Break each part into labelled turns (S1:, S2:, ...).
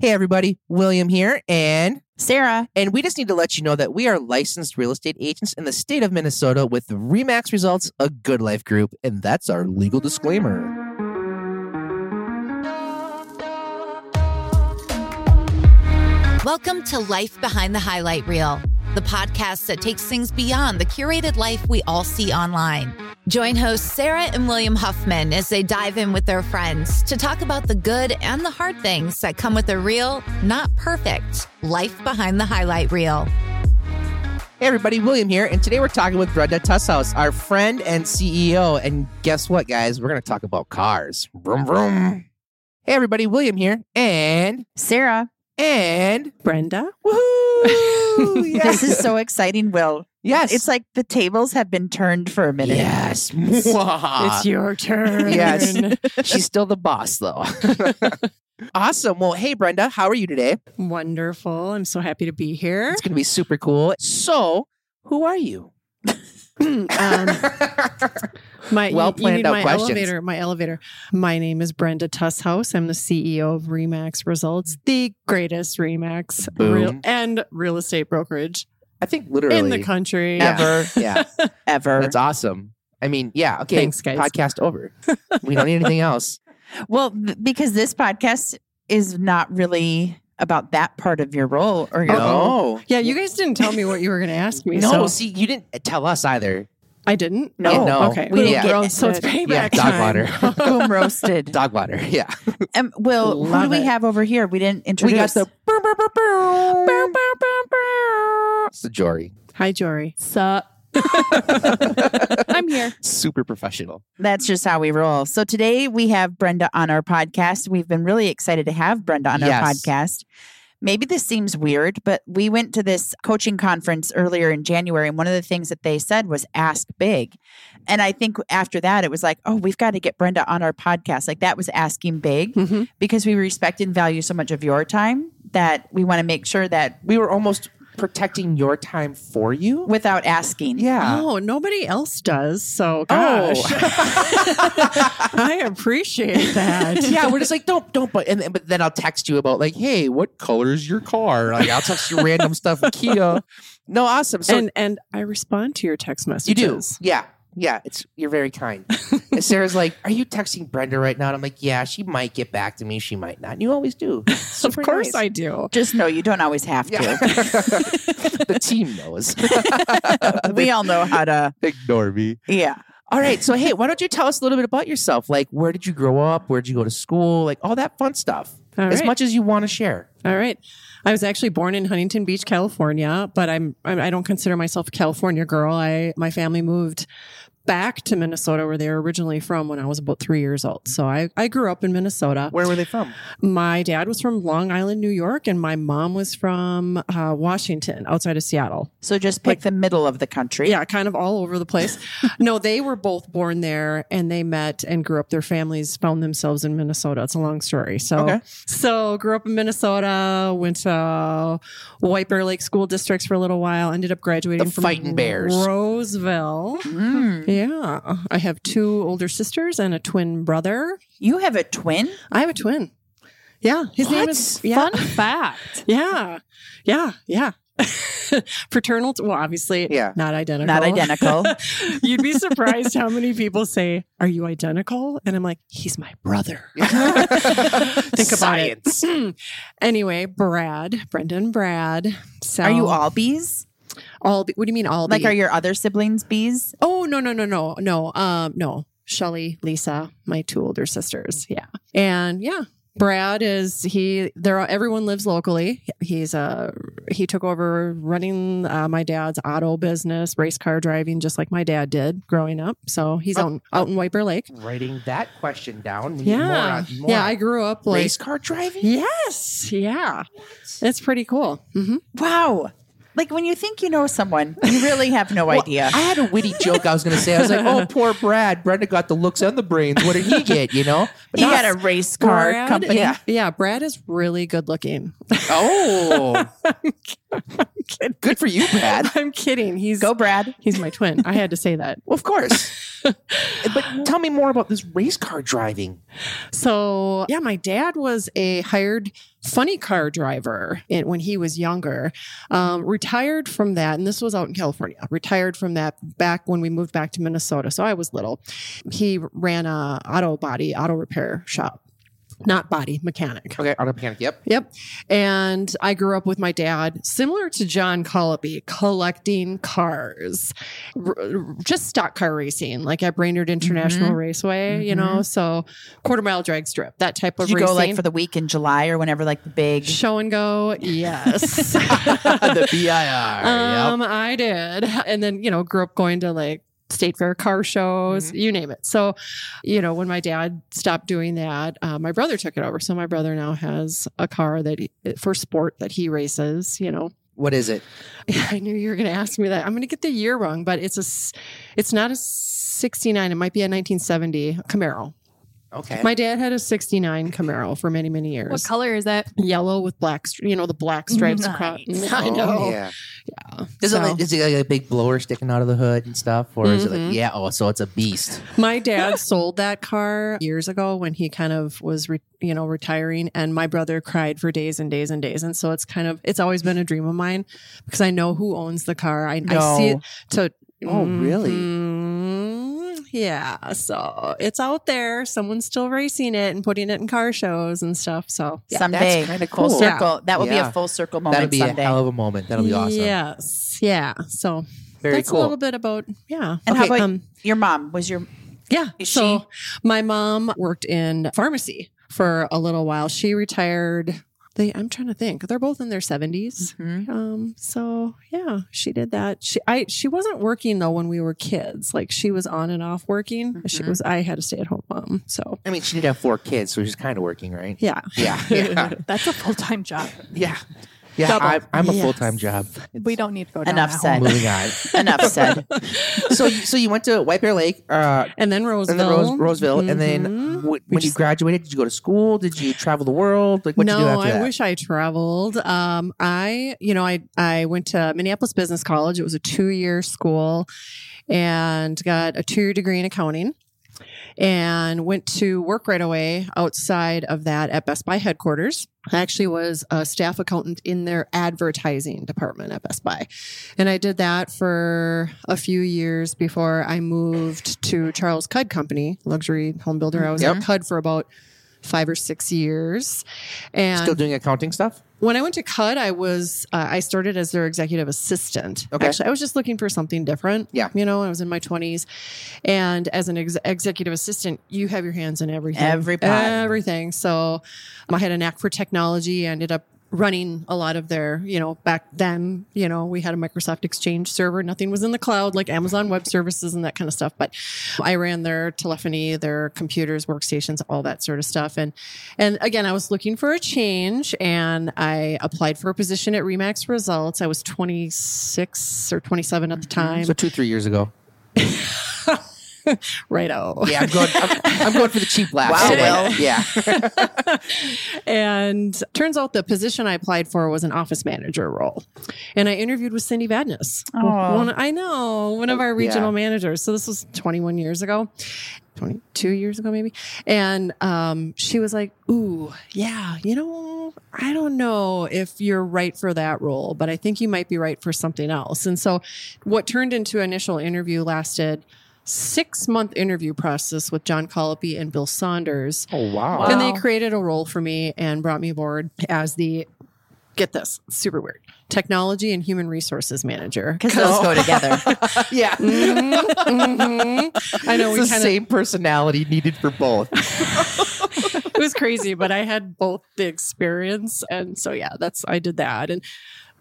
S1: Hey, everybody, William here, and
S2: Sarah,
S1: and we just need to let you know that we are licensed real estate agents in the state of Minnesota with Remax Results, a Good Life Group, and that's our legal disclaimer.
S2: welcome to Life Behind the Highlight Reel, the podcast that takes things beyond the curated life we all see online. Join hosts Sarah and William Huffman as they dive in with their friends to talk about the good and the hard things that come with a real, not perfect, life behind the highlight reel.
S1: Hey, everybody, William here, and today we're talking with Brenda Tusshaus, our friend and CEO. And guess what, guys? We're going to talk about cars. Vroom, vroom. Hey, everybody, William here, and
S2: Sarah,
S1: and
S3: Brenda.
S1: woohoo! Yes.
S4: This is so exciting, Will.
S1: yes,
S4: It's like the tables have been turned for a minute.
S1: yes. Mwah.
S3: it's your turn.
S1: Uh, Yes. She's still the boss, though. awesome. Well, hey, Brenda, how are you today?
S3: Wonderful. I'm so happy to be here.
S1: It's going to be super cool. So, who are you?
S3: um,
S1: Well
S3: my you- you
S1: planned
S3: need
S1: out
S3: my
S1: questions.
S3: elevator. My elevator. My name is Brenda Tusshaus. I'm the CEO of Remax Results, the greatest Remax
S1: Boom.
S3: and real estate brokerage
S1: I think literally
S3: in the country.
S1: ever. Yeah.
S4: Ever.
S1: That's awesome. I mean, yeah. Okay.
S3: Thanks, guys.
S1: Podcast over. We don't need anything else.
S4: well, b- because this podcast is not really about that part of your role or your role.
S1: No.
S3: Yeah, you guys didn't tell me what you were going to ask me.
S1: No,
S3: so
S1: see, you didn't tell us either.
S3: I didn't. Oh,
S4: No.
S1: Yeah, no.
S3: okay.
S4: We
S3: Boom,
S1: didn't get
S3: girls, so it's
S4: it.
S3: payback
S1: Yeah, dog
S3: time.
S1: water.
S4: Boom roasted.
S1: Dog water. Yeah.
S4: Um, Will, who do
S3: Love
S4: we
S3: it.
S4: have over here? We didn't introduce.
S1: Boom, boom, boom, boom. It's the Jory.
S3: Hi, Jory.
S5: Sup? I'm here.
S1: Super professional.
S4: That's just how we roll. So today we have Brenda on our podcast. We've been really excited to have Brenda on our
S1: Yes.
S4: podcast. Maybe this seems weird, but we went to this coaching conference earlier in January, and one of the things that they said was ask big. And I think after that, it was like, oh, we've got to get Brenda on our podcast. Like that was asking big
S1: Mm-hmm.
S3: Mhm.
S4: because we respect and value so much of your time that we want to make sure that
S1: We were almost protecting your time for you.
S4: without asking.
S1: Yeah.
S3: Oh, nobody else does. So, gosh, I appreciate that.
S1: yeah, we're just like don't don't but and then- but then I'll text you about like, hey, what color is your car? Like I'll text you random stuff with Kia. No, awesome. So
S3: and and I respond to your text
S1: you
S3: messages.
S1: do, yeah, yeah. It's you're very kind. And Sarah's like, are you texting Brenda right now? And I'm like, yeah, she might get back to me, she might not. And you always do.
S3: Of course I do.
S4: Just know you don't always have
S1: Yeah.
S4: to.
S1: the team knows.
S4: we all know how to.
S1: Ignore me.
S4: Yeah.
S1: All right. So, hey, why don't you tell us a little bit about yourself? Like, where did you grow up? Where did you go to school? Like, all that fun stuff.
S3: All
S1: as
S3: right.
S1: much as you want to share.
S3: All right. I was actually born in Huntington Beach, California, but I'm I'm- I don't consider myself a California girl. I my family moved back to Minnesota where they were originally from when I was about 3 years old. So I I grew up in Minnesota.
S1: Where were they from?
S3: My dad was from Long Island, New York, and my mom was from uh, Washington, outside of Seattle.
S4: So just pick the middle of the country.
S3: Yeah, kind of all over the place. no, they were both born there and they met and grew up. Their families found themselves in Minnesota. It's a long story. So,
S1: Okay.
S3: so grew up in Minnesota, went to White Bear Lake school districts for a little while, ended up graduating
S1: The
S3: from
S1: Fighting Bears.
S3: Roseville.
S4: Mm.
S3: Yeah. I have two older sisters and a twin brother.
S4: You have a twin?
S3: I have a twin. Yeah. His name
S1: What?
S3: is yeah.
S5: Fun fact.
S3: Yeah. Yeah. Yeah. Fraternal, well, obviously,
S1: Yeah.
S3: not identical.
S4: Not identical.
S3: You'd be surprised how many people say, Are you identical? And I'm like, He's my brother.
S1: Think
S3: Think about it. anyway, Brad, Brendan, Brad. So
S4: Are you all bees?
S3: all be- what do you mean all
S4: Like,
S3: be-
S4: are your other siblings bees?
S3: Oh no, no, no, no, no. Um, no. Shelly, Lisa, my two older sisters. Yeah. And yeah. Brad is he there are everyone lives locally. He's uh he took over running uh, my dad's auto business, race car driving, just like my dad did growing up. So he's out, out in White Bear Lake.
S1: Writing that question down.
S3: Yeah. Yeah, I grew up
S1: uh,
S3: like
S1: race car driving.
S3: Yes. Yeah. It's pretty cool. hmm
S4: Wow. Like when you think you know someone, you really have no idea.
S1: I had a witty joke I was going to say. I was like, "Oh, poor Brad. Brenda got the looks and the brains. What did he get? You know? But
S4: He
S1: not-
S4: got a race car company.
S3: Yeah. Yeah. Brad is really good looking.
S1: oh,
S3: kidding.
S1: Good for you, Brad.
S3: I'm kidding. He's
S4: Go, Brad.
S3: he's my twin. I had to say that.
S1: Well, of course. but tell me more about this race car driving.
S3: So, yeah, my dad was a hired funny car driver in- when he was younger, um, retired from that. And this was out in California, retired from that back when we moved back to Minnesota. So I was little. He ran a auto body, auto repair shop, not body, mechanic.
S1: Okay, auto mechanic. Yep.
S3: Yep. And I grew up with my dad, similar to John Colby, collecting cars, R- r- just stock car racing, like at Brainerd
S4: Mm-hmm.
S3: International Raceway, you know, so quarter mile drag strip, that type of
S4: Did you
S3: racing.
S4: go like for the week in July or whenever, like the big.
S3: Show and go, yes.
S1: Uh, the BIR. yep.
S3: um, I did. And then, you know, grew up going to like state fair car shows,
S5: Mm-hmm.
S3: you name it. So, you know, when my dad stopped doing that, uh, my brother took it over. So my brother now has a car that he, for sport that he races, you know.
S1: What is it?
S3: I knew you were going to ask me that. I'm going to get the year wrong, but it's a, s- it's not a 69. It might be a 1970 Camaro.
S1: Okay.
S3: My dad had a 69 Camaro for many, many years.
S5: What color is that?
S3: Yellow with black, stri- you know, the black stripes across.
S1: Oh,
S3: I
S5: Oh,
S3: know.
S1: Yeah.
S3: Yeah.
S1: Is, it
S3: So-
S1: like, is it like a big blower sticking out of the hood and stuff? Or is it like,
S3: Mhm.
S1: yeah, oh, so it's a beast.
S3: My dad sold that car years ago when he kind of was, re- you know, retiring, and my brother cried for days and days and days. And so it's kind of, it's always been a dream of mine because I know who owns the car. I, I see it. To
S1: Oh, really?
S3: Mhm. yeah. So it's out there. Someone's still racing it and putting it in car shows and stuff. So yeah.
S4: Someday,
S1: kinda
S4: full
S1: cool.
S4: circle. That would be
S1: Yeah.
S4: a full circle moment
S1: That'll be
S4: someday.
S1: a hell of a moment. That'll be awesome.
S3: Yes. Yeah. So
S1: Very
S3: that's
S1: cool.
S3: a little bit about yeah.
S4: and how
S1: Okay,
S4: about
S3: um,
S4: your mom? Was your
S3: Yeah.
S4: Is
S3: so my mom worked in pharmacy for a little while. She retired. They, I'm trying to think. They're both in their 70s.
S1: Mm-hmm.
S3: Um, so yeah, she did that. She I she wasn't working though when we were kids. Like she was on and off working. She
S1: Mm-hmm.
S3: was I had a stay at home mom. So
S1: I mean, she did have four kids, so she's kind of working, right?
S3: yeah.
S1: Yeah. Yeah.
S5: That's a full time job.
S1: Yeah. Yeah. I, I'm a
S3: Yes.
S1: full time job.
S5: We don't need to go down
S4: Enough
S5: that
S4: said.
S5: hole.
S1: Moving on.
S4: enough said?
S1: so, you- so you went to White Bear Lake, uh,
S3: And then Roseville.
S1: and then Rose, Roseville, and then
S3: Mhm.
S1: w- when you graduated, did you go to school? Did you travel the world? Like, what did
S3: Mm-hmm. no,
S1: you do after
S3: I
S1: that?
S3: wish I traveled. Um, I, you know, I I went to Minneapolis Business College. It was a two year school, and got a two year degree in accounting, and went to work right away outside of that at Best Buy headquarters. I actually was a staff accountant in their advertising department at Best Buy, and I did that for a few years before I moved to Charles Cudd Company, luxury home builder. I was
S1: Mm-hmm. Yep.
S3: at Cudd for about five or six years. And
S1: Still doing accounting stuff?
S3: when I went to Cud, I was uh, I started as their executive assistant.
S1: Okay.
S3: Actually, I was just looking for something different.
S1: Yeah.
S3: you know, I was in my twenties, and as an ex- executive assistant, you have your hands in everything,
S4: Every pot.
S3: everything. So, um, I had a knack for technology. I ended up running a lot of their, you know, back then, you know, we had a Microsoft Exchange server. Nothing was in the cloud like Amazon Web Services and that kind of stuff. But I ran their telephony, their computers, workstations, all that sort of stuff. And and again, I was looking for a change and I applied for a position at Remax Results. I was 26 or 27 at the time.
S1: So, two, three years ago.
S3: Right oh.
S1: Yeah, I'm going, I'm, I'm going for the cheap laugh.
S4: Wow,
S1: today.
S4: Will.
S1: Yeah.
S3: And turns out the position I applied for was an office manager role. And I interviewed with Cindy Badness.
S4: Aw.
S3: One- I know, one of our regional
S1: Yeah.
S3: managers. So this was 21 years ago. 22 years ago, maybe. And um, she was like, Ooh, yeah, you know, I don't know if you're right for that role, but I think you might be right for something else. And so what turned into initial interview lasted six month interview process with John Colopy and Bill Saunders.
S1: Oh, wow.
S5: Wow.
S3: And they created a role for me and brought me aboard as the get this super weird technology and human resources manager.
S4: Because those go together.
S1: Yeah.
S3: Mhm, mhm. I know we
S1: it's the
S3: kind of
S1: same personality needed for both.
S3: it was crazy, but I had both the experience and so yeah, that's I did that and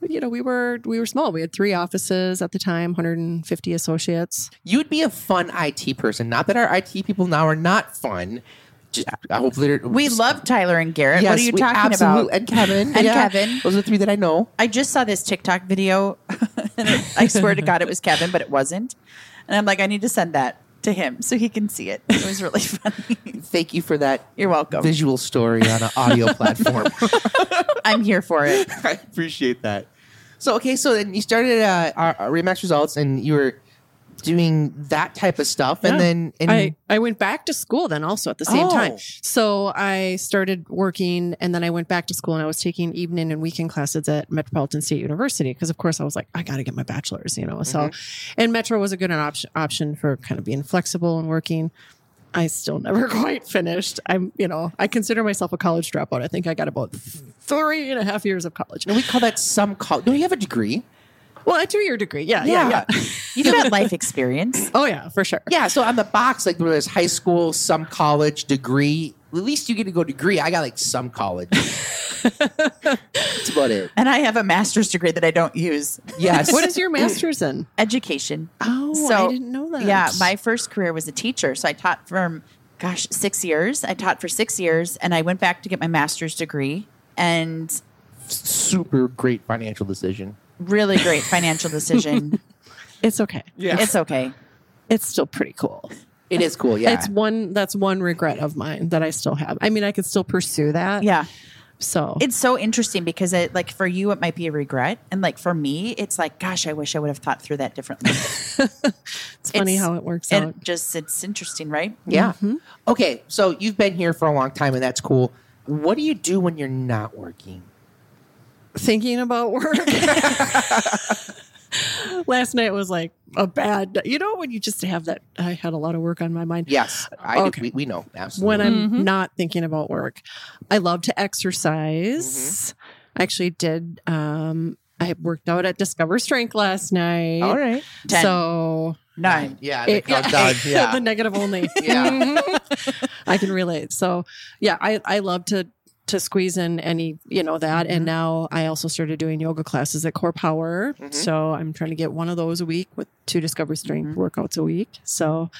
S3: you know we were we were small. We had three offices at the time, 150 associates.
S1: You'd be a fun IT person. Not that our IT people now are not fun. Just, I hope they're.
S4: We love Tyler and Garrett. what are you
S1: we
S4: talking
S1: absolute-
S4: about?
S1: And Kevin.
S4: And
S1: yeah.
S4: Kevin.
S1: Those are three that I know.
S4: I just saw this TikTok video. and I swear to God, it was Kevin, but it wasn't. And I'm like, I need to send that to him so he can see it. It was really funny.
S1: Thank you for that
S4: You're welcome.
S1: visual story on an audio platform.
S4: I'm here for it.
S1: I appreciate that. So okay, so then you started uh, our, our Remax results, and you were doing that type of stuff, and
S3: Yeah.
S1: then and
S3: I, I went back to school then also at the same
S1: Oh.
S3: time. So I started working and then I went back to school and I was taking evening and weekend classes at Metropolitan State University because of course I was like, I gotta get my bachelor's, you know. So and Metro was a good an option option for kind of being flexible and working. I still never quite finished. I'm, you know, I consider myself a college dropout. I think I got about th- three and a half years of college.
S1: and we call that some college. No, you have a degree.
S3: Well, a two year degree. Yeah, yeah, yeah,
S4: You've got life experience.
S3: Oh yeah, for sure.
S1: Yeah, so on the box, like where there's high school, some college, degree. At least you get to go degree. I got like some college. That's about it.
S4: And I have a master's degree that I don't use.
S1: Yes.
S3: What is your master's in?
S4: Education.
S3: Oh, I didn't know that.
S4: Yeah, my first career was a teacher. So I taught from, gosh, six years. I taught for six years and I went back to get my master's degree and
S1: super great financial decision?
S4: really great financial decision.
S3: it's okay.
S4: It's okay.
S3: It's still pretty cool.
S1: It is cool. Yeah.
S3: It's one that's one regret of mine that I still have. I mean, I could still pursue that.
S4: Yeah.
S3: So
S4: It's so interesting because it, like for you, it might be a regret. And like for me, it's like, gosh, I wish I would have thought through that differently.
S3: it's funny
S4: it's-
S3: how it works out.
S4: it just, it's interesting, right?
S1: yeah.
S3: Mm-hmm.
S1: Okay, so you've been here for a long time, and that's cool. What do you do when you're not working?
S3: Thinking about work. Last night was like a bad, you know, when you just have that, I had a lot of work on my mind.
S1: Yes, I
S3: Okay.
S1: we, we know absolutely.
S3: When I'm not thinking about work, I love to exercise. I actually did, um, I worked out at Discover Strength last night.
S1: all right,
S4: Ten.
S3: So
S4: No.
S1: yeah,
S3: It-
S1: the countdown, yeah.
S3: the negative only.
S1: Yeah.
S3: I can relate. So yeah, I, I love to to squeeze in any, you know, that.
S1: Mm-hmm.
S3: And now I also started doing yoga classes at Core Power.
S1: Mhm.
S3: So I'm trying to get one of those a week with two Discover Strength
S1: Mm-hmm.
S3: workouts a week. So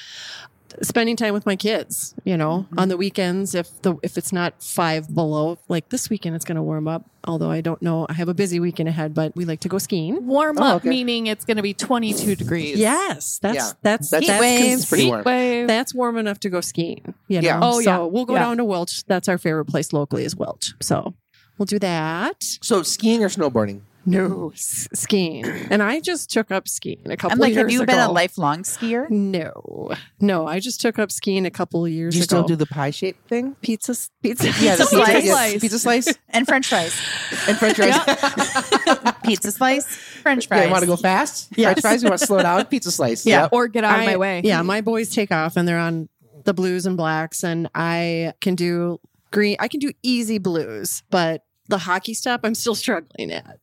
S3: spending time with my kids, you know,
S1: Mm-hmm.
S3: on the weekends if the if it's not five below, like this weekend it's gonna warm up. Although I don't know, I have a busy weekend ahead, but we like to go skiing.
S5: Warm up,
S1: Oh, okay.
S5: meaning it's going to be 22 degrees.
S3: Yes. That's
S1: Yeah. That's-
S3: that's that's,
S1: Heat waves.
S3: cons-
S1: It's pretty
S5: Heat
S1: warm.
S5: wave.
S3: that's warm enough to go skiing. You know?
S1: Yeah.
S5: Oh,
S3: Oh,
S5: yeah.
S3: yeah. We'll go
S4: Yeah.
S3: down to Welch. That's our favorite place locally is Welch. So we'll do that.
S1: so skiing or snowboarding?
S3: No, s- skiing. And I just took up skiing a couple
S4: I'm like, have
S3: years
S4: you
S3: ago.
S4: been a lifelong skier?
S3: No, no. I just took up skiing a couple years
S1: Do you
S3: ago.
S1: still do the pie shape thing?
S3: pizza, s- pizza,
S4: Yeah, the
S3: pizza
S4: pizza
S3: slice.
S5: slice.
S1: pizza slice,
S4: And French fries.
S1: and French fries.
S4: Pizza slice, French
S1: Yeah,
S4: fries.
S1: you want to go fast? French fries. You want to slow down? Pizza slice.
S4: Yeah.
S1: Yep.
S5: Or get out of my
S3: I-
S5: way.
S3: Yeah, my boys take off and they're on the blues and blacks, and I can do green. I can do easy blues, but the hockey stuff, I'm still struggling at.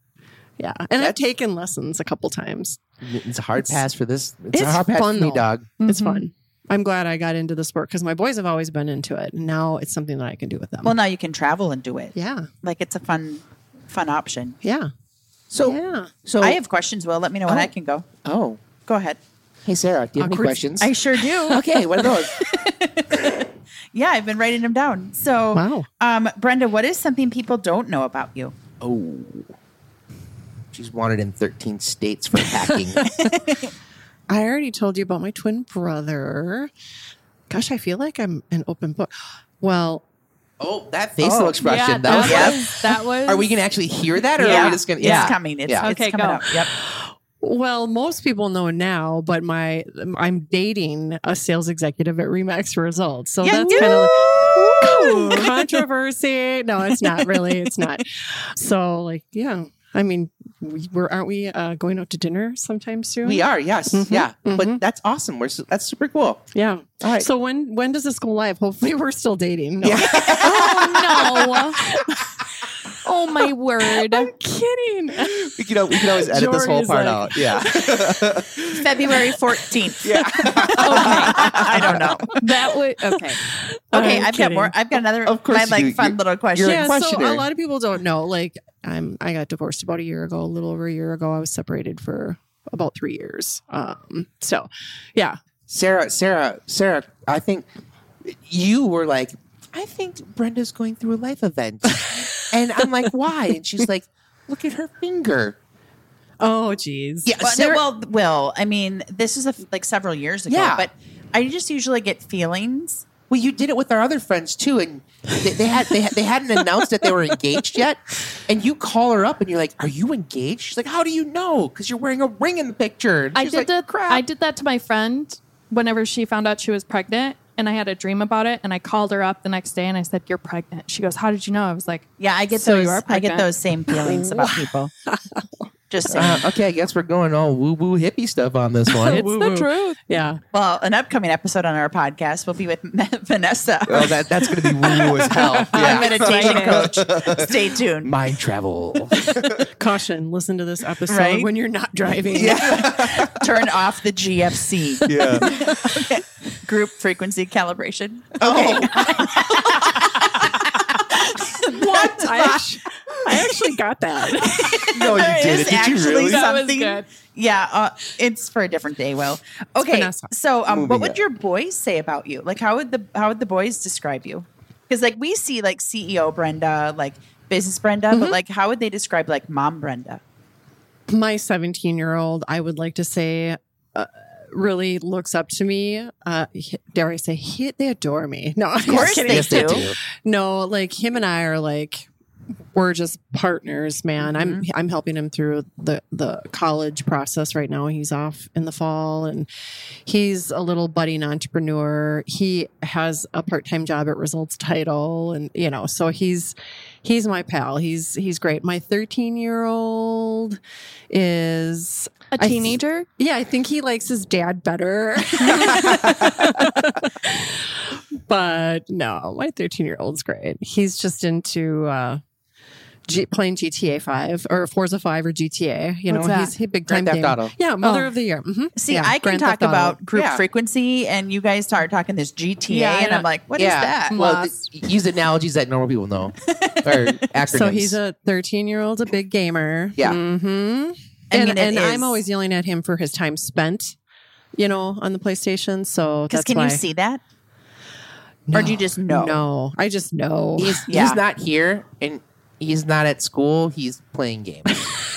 S3: Yeah, and I've
S1: That's-
S3: taken lessons a couple times.
S1: It's a hard pass for this. It's, a
S3: it's
S1: hard pass
S3: fun,
S1: for me,
S3: though.
S1: dog.
S3: It's
S4: Mm-hmm.
S3: fun. I'm glad I got into the sport because my boys have always been into it. and Now it's something that I can do with them.
S4: Well, now you can travel and do it.
S3: yeah,
S4: Like it's a fun, fun option.
S3: yeah,
S1: So,
S4: Oh.
S3: yeah.
S1: so
S4: I have questions, Will. Let me know when
S1: Oh.
S4: I can go.
S1: Oh,
S4: Go ahead.
S1: hey Sarah, do you have any
S3: Awkward-
S1: questions?
S4: I sure do.
S1: okay, what are those?
S4: yeah, I've been writing them down. So,
S3: Wow.
S4: um, Brenda, what is something people don't know about you?
S1: Oh. She's wanted in 13 states for hacking.
S3: I already told you about my twin brother. Gosh, I feel like I'm an open book. Well,
S1: oh, that facial
S4: Oh,
S1: expression.
S5: Yeah,
S1: that was,
S4: that
S5: was, that was.
S1: Are we going to actually hear that or are we just going to?
S4: It's coming. It's,
S1: yeah.
S4: it's
S5: Okay,
S4: coming
S5: go.
S4: up. Yep.
S3: well, most people know now, but my I'm dating a sales executive at Remax Results, so
S4: Yeah,
S3: that's
S4: you-
S3: kind of. controversy. No, it's not really. It's not. So, like, yeah. I mean, we, we're aren't we uh, going out to dinner sometime soon?
S1: We are, yes.
S3: Mhm,
S1: yeah. But
S3: mhm.
S1: that's awesome. We're, su- that's super cool.
S3: Yeah.
S1: All right.
S3: So when when does this go live? Hopefully, we're still dating. No,
S1: Yeah.
S5: Oh, no. oh, my word.
S3: I'm kidding.
S1: we, can, al- we can always edit this whole
S3: Jory's
S1: part
S3: like-
S1: out. Yeah.
S4: February 14th.
S1: yeah.
S4: I don't know.
S5: That would. Okay.
S4: Okay,
S3: I'm
S4: I've got
S3: kidding.
S4: more. I've got another
S1: Of course
S4: my, like
S1: you-
S4: fun
S1: you-
S4: little question.
S1: you're a
S3: yeah,
S1: questioner.
S3: so a lot of people don't know. Like, I'm I got divorced about a year ago, a little over a year ago. I was separated for about three years. Um, so yeah,
S1: Sarah, Sarah, Sarah, I think you were like, I think Brenda's going through a life event. and I'm like, why? And she's like, look at her finger.
S3: oh geez,
S1: Yeah.
S4: Well,
S1: Sarah-
S4: no, well, Will, I mean, this is a f like several years ago,
S1: Yeah.
S4: but I just usually get feelings
S1: Well, you did it with our other friends too, and they, they had they, had- they hadn't announced that they were engaged yet. And you call her up, and you're like, "Are you engaged?" She's like, "How do you know? Because you're wearing a ring in the picture." And
S5: I
S1: she's
S5: did
S1: like,
S5: that.
S1: Crap.
S5: I did that to my friend whenever she found out she was pregnant, and I had a dream about it. And I called her up the next day and I said, "You're pregnant." She goes, "How did you know?" I was like,
S4: Yeah, I get
S5: So you
S4: those.
S5: are
S4: I get
S5: pregnant.
S4: those same feelings about people. Just saying.
S1: Uh, okay, I guess we're going all woo woo hippie stuff on this one.
S5: "It's the truth."
S3: Yeah.
S4: well, an upcoming episode on our podcast will be with Vanessa,
S1: Oh, that, that's going to be woo woo as hell.
S4: our
S1: Yeah.
S4: meditation coach. Stay tuned.
S1: Mind travel.
S3: Caution, listen to this episode
S4: Right?
S3: when you're not driving.
S4: Turn off the GFC
S6: Yeah.
S4: group frequency calibration.
S1: Oh,
S3: What? I actually, I actually got that.
S6: No, you
S4: There
S6: did
S4: is
S6: it. Did you
S4: actually
S6: really?
S5: That was
S4: something?
S5: good.
S4: Yeah, uh, it's for a different day. Will. okay,
S3: Vanessa.
S4: so um, what
S6: Moving
S4: would
S6: on.
S4: your boys say about you? Like, how would the how would the boys describe you? Because like we see like CEO Brenda, like business Brenda,
S5: Mm-hmm.
S4: but like how would they describe like mom Brenda?
S3: My 17 year old, I would like to say, uh, really looks up to me. Uh, he- dare I say, he, they adore me. No, of
S4: course they
S1: yes, they
S4: do.
S1: do.
S3: No, like him and I are like we're just partners, man. I'm I'm helping him through the the college process right now. He's off in the fall and he's a little budding entrepreneur. He has a part-time job at Results Title and you know, so he's he's my pal. He's he's great. My 13-year-old is
S5: A
S3: I-
S5: teenager.
S3: yeah, I think he likes his dad better. but no, my 13 year old's great. He's just into uh, G- playing GTA 5 or Forza 5 or GTA. You
S5: What's
S3: know,
S5: that?
S3: he's he big time
S1: Grand Theft
S3: gamer.
S1: Auto.
S3: Yeah, Mother
S5: Oh.
S3: of the Year. Mhm.
S4: See,
S3: Yeah,
S4: I can
S3: Grand
S4: talk
S3: Theft Auto.
S4: about group
S1: Yeah.
S4: frequency, and you guys start talking this GTA,
S5: Yeah, I
S4: and
S5: know.
S4: I'm like, what is
S1: yeah.
S4: that?
S1: Well,
S5: Lost.
S1: th- use analogies that normal people know or acronyms.
S3: So he's a 13 year old's a big gamer.
S1: Yeah.
S3: hmm
S4: I mean,
S3: and
S4: it
S3: and
S4: is-
S3: I'm always yelling at him for his time spent, you know, on the PlayStation. So
S4: Because
S3: that's
S4: can
S3: why.
S4: you see that, or do you just know?
S3: No, I just know.
S1: He's,
S4: Yeah.
S1: he's not here and he's not at school. He's playing games.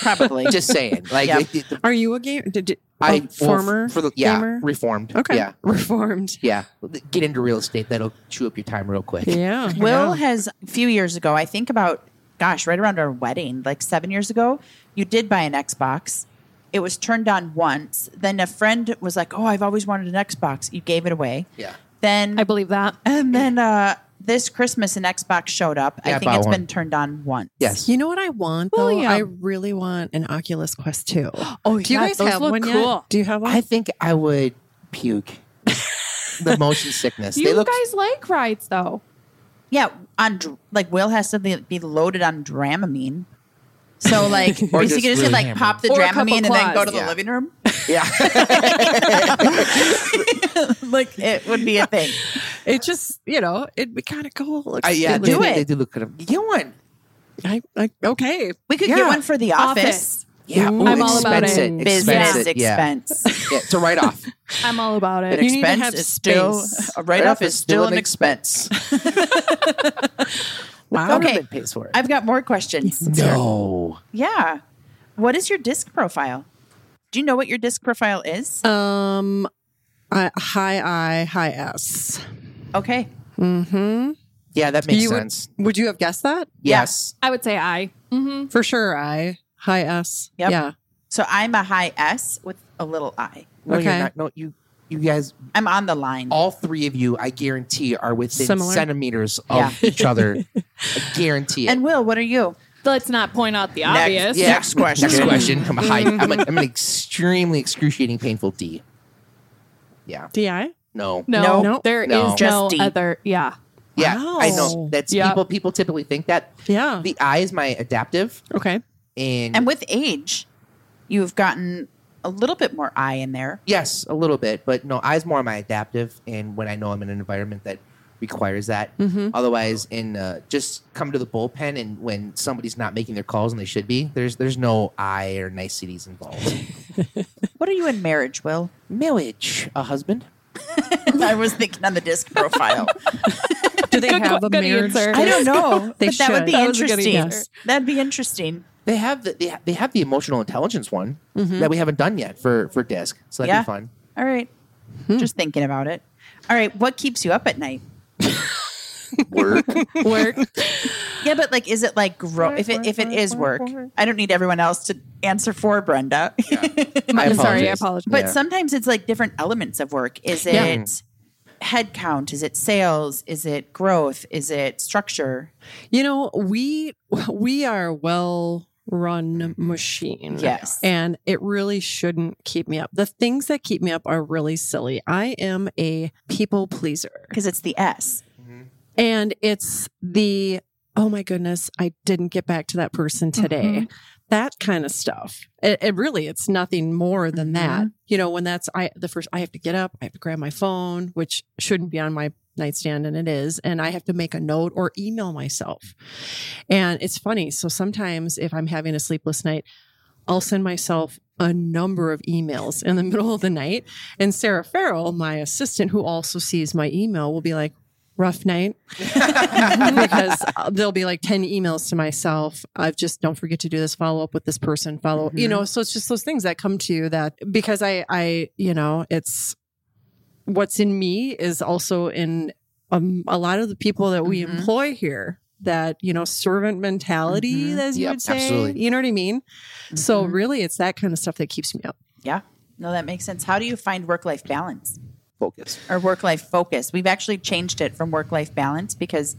S4: Probably.
S1: Just saying. Like,
S4: Yeah.
S1: it- it-
S3: Are you a game? Did, did,
S1: I
S3: a
S1: well, f-
S3: former
S1: for the, yeah,
S3: gamer?
S1: reformed.
S3: okay,
S1: Yeah.
S3: reformed.
S1: Yeah. Get into real estate. That'll chew up your time real quick.
S3: Yeah.
S4: Will has a few years ago, I think about, gosh, right around our wedding, like seven years ago, you did buy an Xbox. It was turned on once. Then a friend was like, oh, I've always wanted an Xbox. You gave it away.
S1: Yeah.
S4: Then,
S5: I believe that.
S4: and then uh, this Christmas, an Xbox showed up.
S1: Yeah,
S4: I
S1: I
S4: think
S1: bought
S4: it's
S1: one.
S4: been turned on once.
S1: Yes.
S3: You know what I want though?
S5: Well, yeah.
S3: I really want an Oculus Quest 2.
S5: Oh,
S3: Do you
S5: yeah,
S3: guys
S5: those
S3: have
S5: look
S3: one
S5: cool.
S3: yet? Do you have one?
S1: I think I would puke. the motion sickness.
S5: You
S1: they look
S5: guys like rides though.
S4: Yeah. On dr- like Will has to be be loaded on Dramamine. So like, we
S1: Or
S4: you
S1: just
S4: could just
S1: really
S4: like
S1: hammered.
S4: pop the
S5: Or a couple
S4: Dramamine and then go
S5: claws,
S4: to the
S1: yeah.
S4: living room.
S1: yeah.
S4: like it would be a thing.
S3: it just, you know, it'd be kind of cool. Looks
S1: I, yeah,
S3: good
S1: they,
S4: do
S3: looking.
S1: They
S4: it.
S1: do look kind of get one.
S3: I, I, okay.
S4: We could
S1: Yeah.
S4: get one for the office.
S1: Yeah,
S3: Ooh,
S1: ooh,
S5: I'm all about
S1: expense
S5: it.
S1: Expense
S4: Business
S1: it. Yeah.
S4: expense.
S1: yeah, it's a write off.
S5: I'm all about
S4: An
S5: it.
S3: You need to
S4: expense
S3: have
S4: is still
S3: space.
S4: a write off is still an expense.
S3: Wow.
S4: Okay.
S1: Government pays for it.
S4: I've got more questions.
S1: no.
S4: Yeah. What is your disc profile? Do you know what your disc profile is?
S3: Um I, high I, high S.
S4: Okay.
S3: Mhm.
S1: Yeah, that makes
S3: You would-
S1: sense.
S3: Would you have guessed that?
S1: yes.
S5: I would say I. Mm-hmm.
S3: For sure I, high S.
S4: Yep.
S3: Yeah.
S4: So I'm a high S with a little I.
S1: No, you're
S3: Okay.
S1: not. No, you. You guys,
S4: I'm on the line.
S1: all three of you, I guarantee, are within
S3: Similar?
S1: centimeters of
S4: Yeah.
S1: each other. I guarantee it.
S4: And Will, what are you?
S5: Let's not point out the obvious.
S1: yeah.
S4: Next question.
S1: Next question. I'm a high. I'm, a, I'm an extremely excruciating, painful D. Yeah.
S3: DI?
S1: No.
S5: No,
S3: No.
S5: there is
S1: No.
S5: no,
S4: Just D.
S5: other. Yeah.
S1: Yeah, I
S3: Wow.
S1: know. That's
S5: Yeah.
S1: people. People typically think that.
S3: Yeah.
S1: The I is my adaptive,
S3: okay.
S1: and,
S4: And with age, you've gotten a little bit more I in there.
S1: yes, a little bit, but no, I is more my adaptive, and when I know I'm in an environment that requires that. Otherwise, in uh, just come to the bullpen, and when somebody's not making their calls and they should be, there's there's no I or niceties involved.
S4: What are you in marriage, Will?
S1: Marriage, a husband.
S4: I was thinking on the disc profile.
S3: Do they
S5: Good
S3: have
S5: que-
S3: a
S5: good
S3: marriage?
S5: answer.
S4: I don't know.
S3: They
S4: but that would
S3: should.
S4: be
S5: That was a good
S4: interesting.
S5: answer.
S4: That'd be interesting.
S1: They have the they, ha- they have the emotional intelligence one that we haven't done yet for for disc, so that'd
S4: Yeah.
S1: be fun.
S4: Hmm. All right. Just thinking about it. All right. What keeps you up at night?
S1: Work.
S3: work.
S4: Yeah, but like, is it like grow? If it if it is work, I don't need everyone else to answer for Brenda.
S1: I
S5: I'm sorry, I
S1: apologize.
S5: apologize.
S4: But
S1: Yeah.
S4: sometimes it's like different elements of work. Is it
S3: Yeah.
S4: headcount? Is it sales? Is it growth? Is it structure?
S3: You know, we we are a well run machine.
S4: Yes.
S3: And it really shouldn't keep me up. The things that keep me up are really silly. I am a people pleaser.
S4: Because it's the S.
S3: And it's the oh my goodness, I didn't get back to that person today. That kind of stuff. It, it really, it's nothing more than that. You know, when that's I the first I have to get up, I have to grab my phone, which shouldn't be on my nightstand and it is, and I have to make a note or email myself. And it's funny. So sometimes if I'm having a sleepless night, I'll send myself a number of emails in the middle of the night. And Sarah Farrell, my assistant, who also sees my email, will be like, rough night because uh, there'll be like 10 emails to myself i've just don't forget to do this follow up with this person follow you know so it's just those things that come to you that because i i you know it's what's in me is also in um, a lot of the people that we employ here that you know servant mentality as you
S1: Yep,
S3: would say
S1: absolutely.
S3: you know what i mean so really it's that kind of stuff that keeps me up
S4: Yeah. No, that makes sense. How do you find work life balance
S1: Focus.
S4: or work life focus? We've actually changed it from work life balance because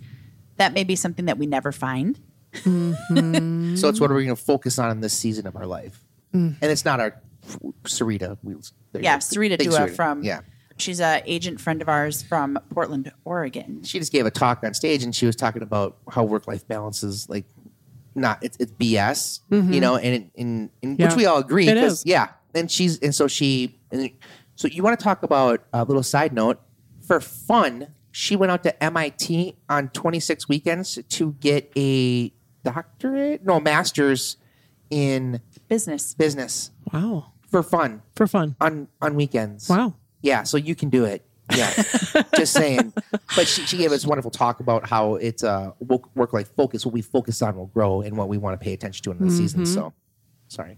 S4: that may be something that we never find.
S1: So it's what we're going to focus on in this season of our life. And it's not our Sarita wheels. There you
S4: Yeah,
S1: go.
S4: Sarita
S1: Thanks,
S4: Dua
S1: Sarita.
S4: from
S1: Yeah.
S4: she's a agent friend of ours from Portland, Oregon.
S1: She just gave a talk on stage and she was talking about how work life balance is like not it's, it's BS, you know, and it- and, and
S3: Mm-hmm. Yeah.
S1: which we all agree.
S3: It
S1: 'cause-
S3: is.
S1: Yeah. And she's and so she and so you want to talk about a little side note for fun. She went out to MIT on 26 weekends to get a doctorate, no, master's in
S4: Business.
S1: business
S3: wow
S1: for fun
S3: for fun
S1: on on weekends.
S3: wow
S1: Yeah, so you can do it. Yeah, just saying. But she, she gave us a wonderful talk about how it's uh, work life focus. What we focus on will grow, and what we want to pay attention to in the
S3: Mm-hmm.
S1: season. So, sorry.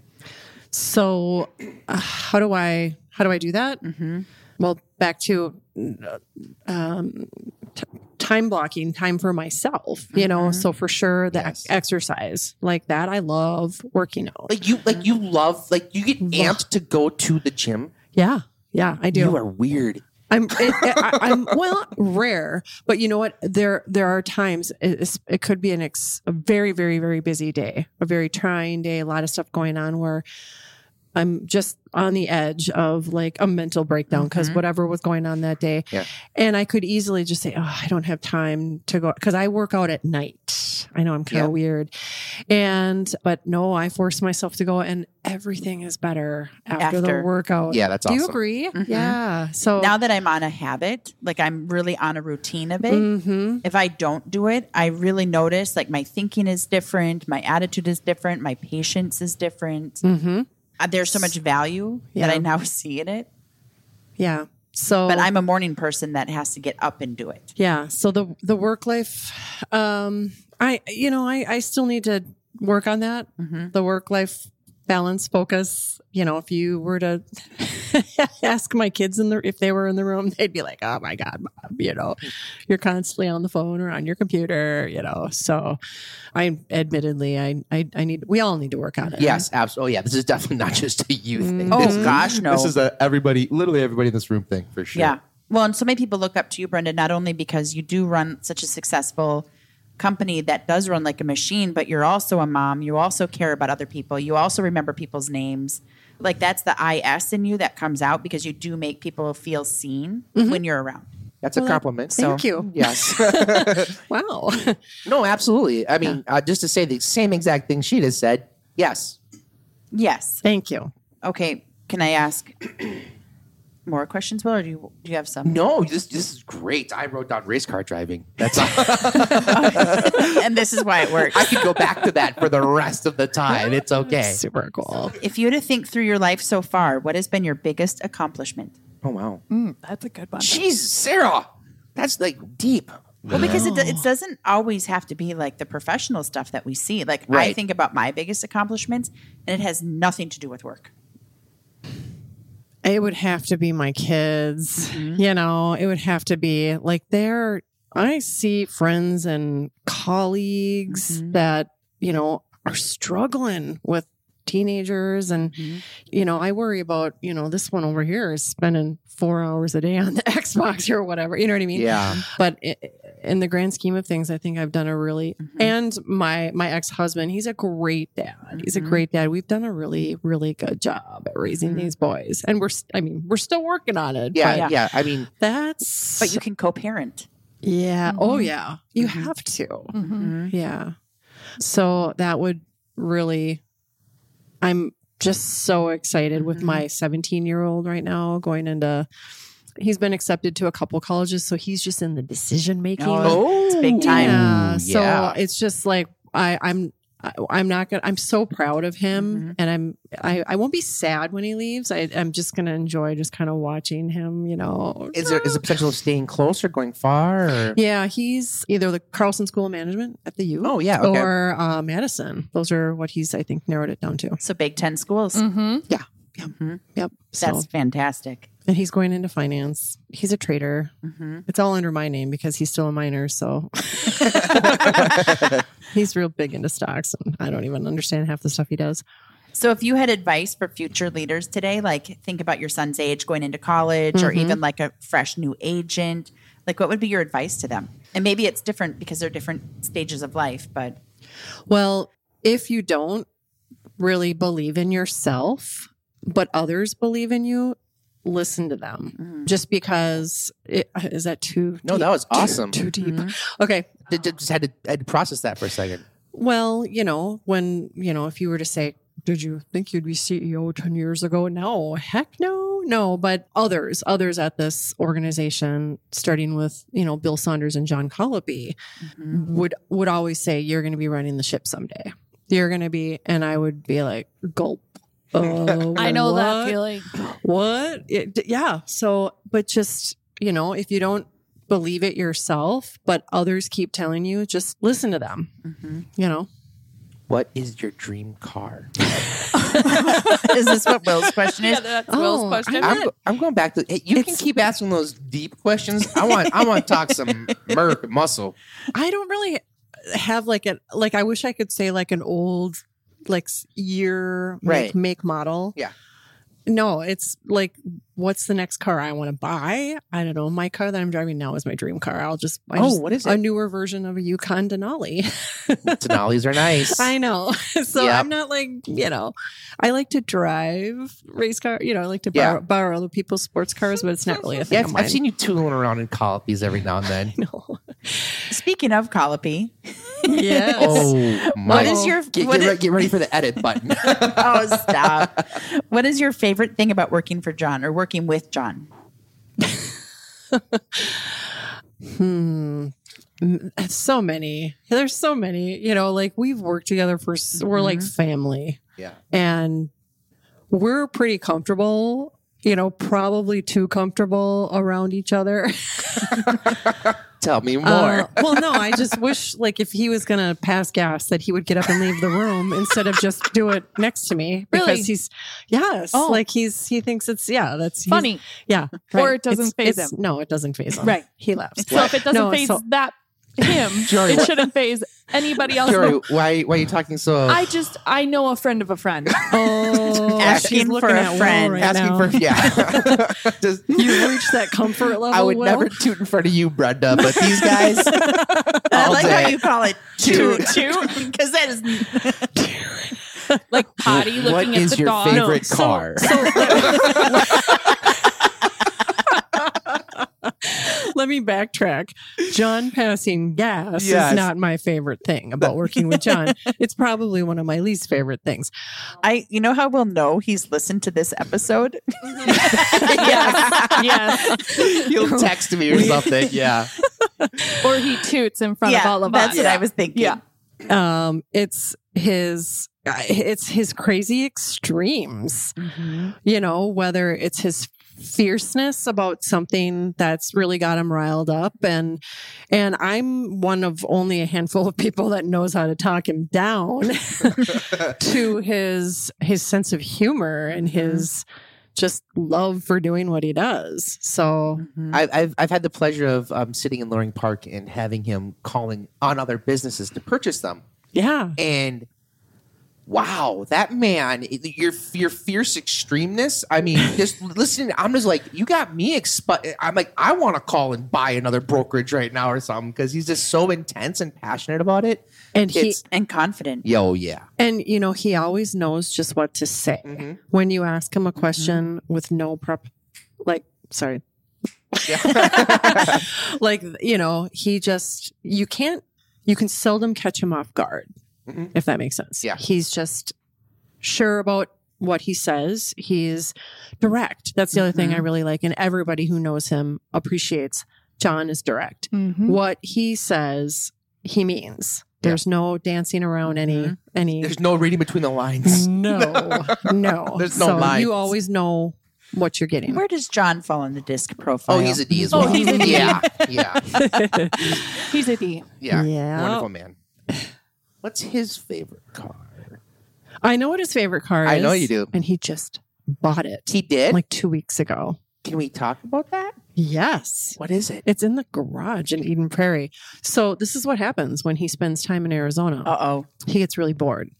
S3: so uh, how do i how do i do that well back to um, t- time blocking time for myself you know so for sure the ex-
S1: Yes.
S3: exercise like that i love working out
S1: Like you, like you love, like you get amped to go to the gym.
S3: yeah yeah i do
S1: You are weird.
S3: I'm, it, it, I, I'm well rare, but you know what? There there are times it, it's- it could be an ex, a very very very busy day, a very trying day, a lot of stuff going on where I'm just on the edge of like a mental breakdown because whatever was going on that day,
S1: Mm-hmm. Yeah.
S3: and I could easily just say, "Oh, I don't have time to go," because I work out at night. I know I'm kind
S1: Yeah.
S3: of weird, and but no, I force myself to go, and everything is better after, the
S4: After.
S3: workout.
S1: Yeah, that's
S3: Do you
S1: awesome. Mm-hmm.
S3: agree? Yeah. So
S4: Now that I'm on a habit, like I'm really on a routine of it,
S3: Mm-hmm.
S4: if I don't do it, I really notice like my thinking is different, my attitude is different, my patience is different.
S3: Mm-hmm.
S4: Uh, There's so much value
S3: Yeah. Oh.
S4: that I now see in it.
S3: Yeah. So,
S4: But I'm a morning person that has to get up and do it.
S3: yeah. So the the work life, um, I you know I I still need to work on that.
S1: Mm-hmm.
S3: The work life balance focus. You know, if you were to ask my kids in the if they were in the room, they'd be like, "Oh my god, mom!" You know, you're constantly on the phone or on your computer. You know, so I admittedly I I, I need we all need to work on it.
S1: Yes, absolutely. Oh, yeah, this is definitely not just a you
S3: Mm.
S1: thing.
S4: Oh,
S1: This is-
S4: gosh, no.
S6: Mm-hmm. This is a everybody, literally everybody in this room thing for sure.
S4: Yeah. Well, and so many people look up to you, Brenda, not only because you do run such a successful company that does run like a machine, but you're also a mom. You also care about other people. You also remember people's names. Like that's the IS in you that comes out because you do make people feel seen when you're around.
S1: That's a compliment.
S3: Thank you.
S1: Yes.
S3: Wow.
S1: no, absolutely. I mean, uh, just to say the same exact thing she just said. Yes.
S4: Yes.
S3: Thank you.
S4: Okay. Can I ask more questions, Will, or do you do you have some?
S1: No, this this is great. I wrote down race car driving. That's all.
S4: and this is why it works.
S1: I could go back to that for the rest of the time. It's okay.
S3: Super cool.
S4: If you had to think through your life so far, what has been your biggest accomplishment?
S1: Oh wow.
S5: Mm, That's a good one.
S1: Jeez, Sarah, that's like deep.
S4: Well, because it, do- it doesn't always have to be like the professional stuff that we see. Like I
S1: Right.
S4: think about my biggest accomplishments, and it has nothing to do with work.
S3: It would have to be my kids. You know, it would have to be like they're I see friends and colleagues
S4: Mhm.
S3: that, you know, are struggling with teenagers and
S4: Mhm.
S3: you know, I worry about, you know, this one over here is spending 4 hours a day on the Xbox or whatever. You know what I mean?
S1: Yeah.
S3: But i- in the grand scheme of things, I think I've done a really
S4: Mm-hmm.
S3: and my my ex-husband, he's a great dad. He's a
S4: Mhm.
S3: great dad. We've done a really really good job at raising
S4: Mhm.
S3: these boys. And we're st- I mean, we're still working on it.
S1: Yeah.
S4: Yeah.
S1: Yeah. I mean,
S3: But that's
S4: But you can co-parent.
S3: yeah. Oh
S5: Mhm.
S3: yeah. You
S4: Mhm.
S3: have to.
S5: Mhm.
S3: Hmm. Yeah. So that would really, I'm just so excited with
S4: Mhm.
S3: my 17 year old right now going into, he's been accepted to a couple colleges. So he's just in the decision making.
S4: Oh, it's big time.
S3: Yeah.
S1: Ooh,
S3: So
S1: yeah.
S3: it's just like, I, I'm, I- I'm not gonna. I'm so proud of him,
S1: Mm-hmm.
S4: Mhm.
S3: and I'm. I, I won't be sad when he leaves. I, I'm just gonna enjoy just kind of watching him. You know,
S1: is there is the potential of staying close or going far? Or?
S3: yeah, he's either the Carlson School of Management at the U
S1: Oh yeah. Okay.
S3: or uh, Madison. Those are what he's, I think, narrowed it down
S1: Mm-hmm.
S3: to.
S4: So Big Ten schools.
S5: Mhm.
S4: Mhm.
S3: Yep. So,
S4: That's fantastic.
S3: and he's going into finance. He's a trader.
S4: hmm
S3: It's all under my name because he's still a minor. So he's real big into stocks, and I don't even understand half the stuff he does.
S4: So, if you had advice for future leaders today, like think about your son's age going into college or
S3: Mhm.
S4: even like a fresh new agent, like what would be your advice to them? And maybe it's different because they're different stages of life, but
S3: Well, if you don't really believe in yourself, but others believe in you, listen to them. Just because it, is that too?
S1: No,
S3: deep?
S1: that was awesome.
S3: Too deep. Okay,
S1: D- d- just had to, I had to process that for a second.
S3: Well, you know, when, you know, if you were to say, did you think you'd be CEO 10 years ago? No, heck no, no. But others, others at this organization, starting with, you know, Bill Saunders and John Colopy,
S5: Mm-hmm.
S3: would would always say, You're gonna be running the ship someday. You're gonna be and I would be like, gulp. Oh,
S5: I know that
S3: what?
S5: feeling.
S3: What? It, d- yeah. So, but just, you know, if you don't believe it yourself, but others keep telling you, just listen to them,
S5: Mm-hmm.
S3: you know?
S1: What is your dream car?
S4: is this what Will's question is?
S5: Yeah, that's
S3: Oh,
S5: Will's question.
S1: I'm, I'm going back to hey, you can
S4: It's-
S1: keep asking those deep questions. I want I want to talk some merc muscle.
S3: I don't really have like an like I wish I could say like an old like s- year
S1: Right.
S3: make, make model.
S1: Yeah.
S3: No, it's like what's the next car I want to buy? I don't know. My car that I'm driving now is my dream car. I'll just I
S1: oh,
S3: just-
S1: what is
S3: a
S1: it?
S3: newer version of a Yukon Denali.
S1: Denali's are nice.
S3: I know. So
S1: Yep.
S3: I'm not like, you know, I like to drive race car, you know, I like to
S1: Yeah.
S3: borrow, borrow other people's sports cars, but it's not really a thing
S1: Yeah,
S3: of
S1: I've,
S3: mine.
S1: I've seen you tooling around in colleges every now and then.
S3: no.
S4: Speaking of Colopy,
S3: Yes.
S1: oh my!
S4: what is your
S1: Get,
S4: what
S1: get,
S4: is,
S1: re- get ready for the edit button.
S4: oh stop? What is your favorite thing about working for John or working with John?
S3: Hmm. M- So many. There's so many. You know, like we've worked together for, s we're
S5: Mm-hmm.
S3: like family
S1: yeah,
S3: and we're pretty comfortable, you know, probably too comfortable around each other.
S1: tell me more.
S3: Uh, well, no, I just wish, like, if he was going to pass gas, that he would get up and leave the room instead of just do it next to me. Because
S5: Really?
S3: he's, yes.
S5: Oh.
S3: Like, he's, he thinks it's, yeah, that's he's-
S5: Funny.
S3: Yeah.
S5: Or it doesn't
S3: It's-
S5: phase
S3: it's-
S5: him.
S3: No, it doesn't phase him.
S5: Right.
S3: He laughs.
S5: So if it doesn't
S3: No,
S5: phase
S3: so-
S5: that him,
S1: Jory,
S5: it
S1: what-
S5: shouldn't phase anybody else.
S1: Jory, why why are you talking so?
S5: I just I know a friend of a friend.
S3: Oh,
S4: Asking
S3: she's looking
S4: for a
S3: at Will
S4: friend.
S3: right
S1: asking
S3: now.
S1: for yeah. Just-
S3: you reach that comfort level.
S1: I would
S3: Will?
S1: never toot in front of you, Brenda, but these guys.
S4: I
S1: all
S4: like
S1: day.
S4: how you call it
S1: Toot.
S4: toot toot because that is
S5: like potty looking
S1: what
S5: at
S1: is
S5: the
S1: your
S5: dog.
S1: favorite
S3: so-
S1: car?
S3: Let me backtrack. John passing gas
S1: Yes.
S3: is not my favorite thing about working with John. it's probably one of my least favorite things.
S4: I you know how we'll know he's listened to this episode?
S5: yes. Yes.
S1: You'll text me or something. Yeah.
S5: Or he toots in front of all of
S4: that's
S5: us.
S4: what I was thinking.
S5: Yeah.
S3: Um, it's his uh, it's his crazy extremes. You know, whether it's his fierceness about something that's really got him riled up and and I'm one of only a handful of people that knows how to talk him down to his his sense of humor and his just love for doing what he does. So
S4: Mhm.
S1: I, I've I've had the pleasure of um, sitting in Loring Park and having him calling on other businesses to purchase them.
S3: yeah,
S1: And wow, that man, your your fierce extremeness. I mean, just listening, I'm just like, you got me. Exp- I'm like, I want to call and buy another brokerage right now or something because he's just so intense and passionate about it.
S3: and he
S1: It's-
S4: and confident.
S1: Yo, yeah,
S3: and you know he always knows just what to say
S1: Mhm.
S3: when you ask him a question with no prep. Like sorry,
S1: yeah.
S3: like you know he just you can't you can seldom catch him off guard
S1: Mhm.
S3: if that makes sense
S1: Yeah.
S3: he's just sure about what he says he's direct that's the other thing i
S1: Mm-hmm.
S3: really like and everybody who knows him appreciates john is direct
S5: Mm-hmm.
S3: what he says he means
S1: Yeah. Mm-hmm.
S3: there's no dancing around any
S4: Mhm.
S3: any
S1: There's no reading between the lines.
S3: no no
S1: There's no
S3: so
S1: lines.
S3: you always know what you're getting
S4: Where does John fall in the disc profile?
S1: Oh, he's a D as well.
S5: Oh, he's a D.
S1: Yeah, yeah,
S5: He's a D.
S1: yeah.
S3: Yeah.
S1: Wonderful man. What's his favorite car?
S3: i know what his favorite car
S1: I
S3: is
S1: know you do.
S3: and he just bought it
S1: He did.
S3: like two weeks ago.
S1: Can we talk about that?
S3: Yes.
S1: What is it?
S3: It's in the garage in Eden Prairie. So, this is what happens when he spends time in Arizona.
S4: Uh oh.
S3: He gets really bored.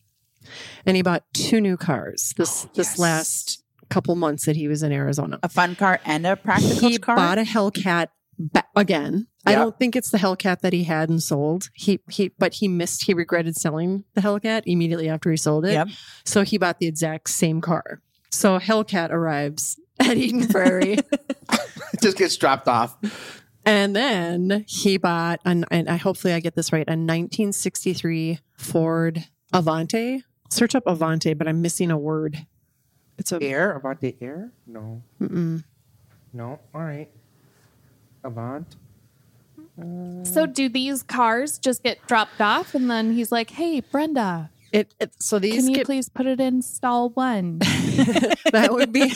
S3: And he bought two new cars this,
S1: Oh, yes.
S3: this last couple months that he was in Arizona.
S4: A fun car and a practical
S3: He
S4: car.
S3: bought a Hellcat ba- again. I
S1: Yeah.
S3: don't think it's the Hellcat that he had and sold. He he, but he missed. He regretted selling the Hellcat immediately after he sold it.
S4: Yep.
S3: So he bought the exact same car. So Hellcat arrives at Eden Prairie.
S1: It just gets dropped off.
S3: And then he bought an and I hopefully I get this right, a 1963 Ford Avante. Search up Avante, but I'm missing a word. It's a
S1: Air Avante Air? No,
S3: mm-mm.
S1: no. All right. Avant.
S5: So do these cars just get dropped off, and then he's like, "Hey, Brenda,
S3: It, it so these
S5: can you
S3: get,
S5: please put it in stall one?
S3: that would be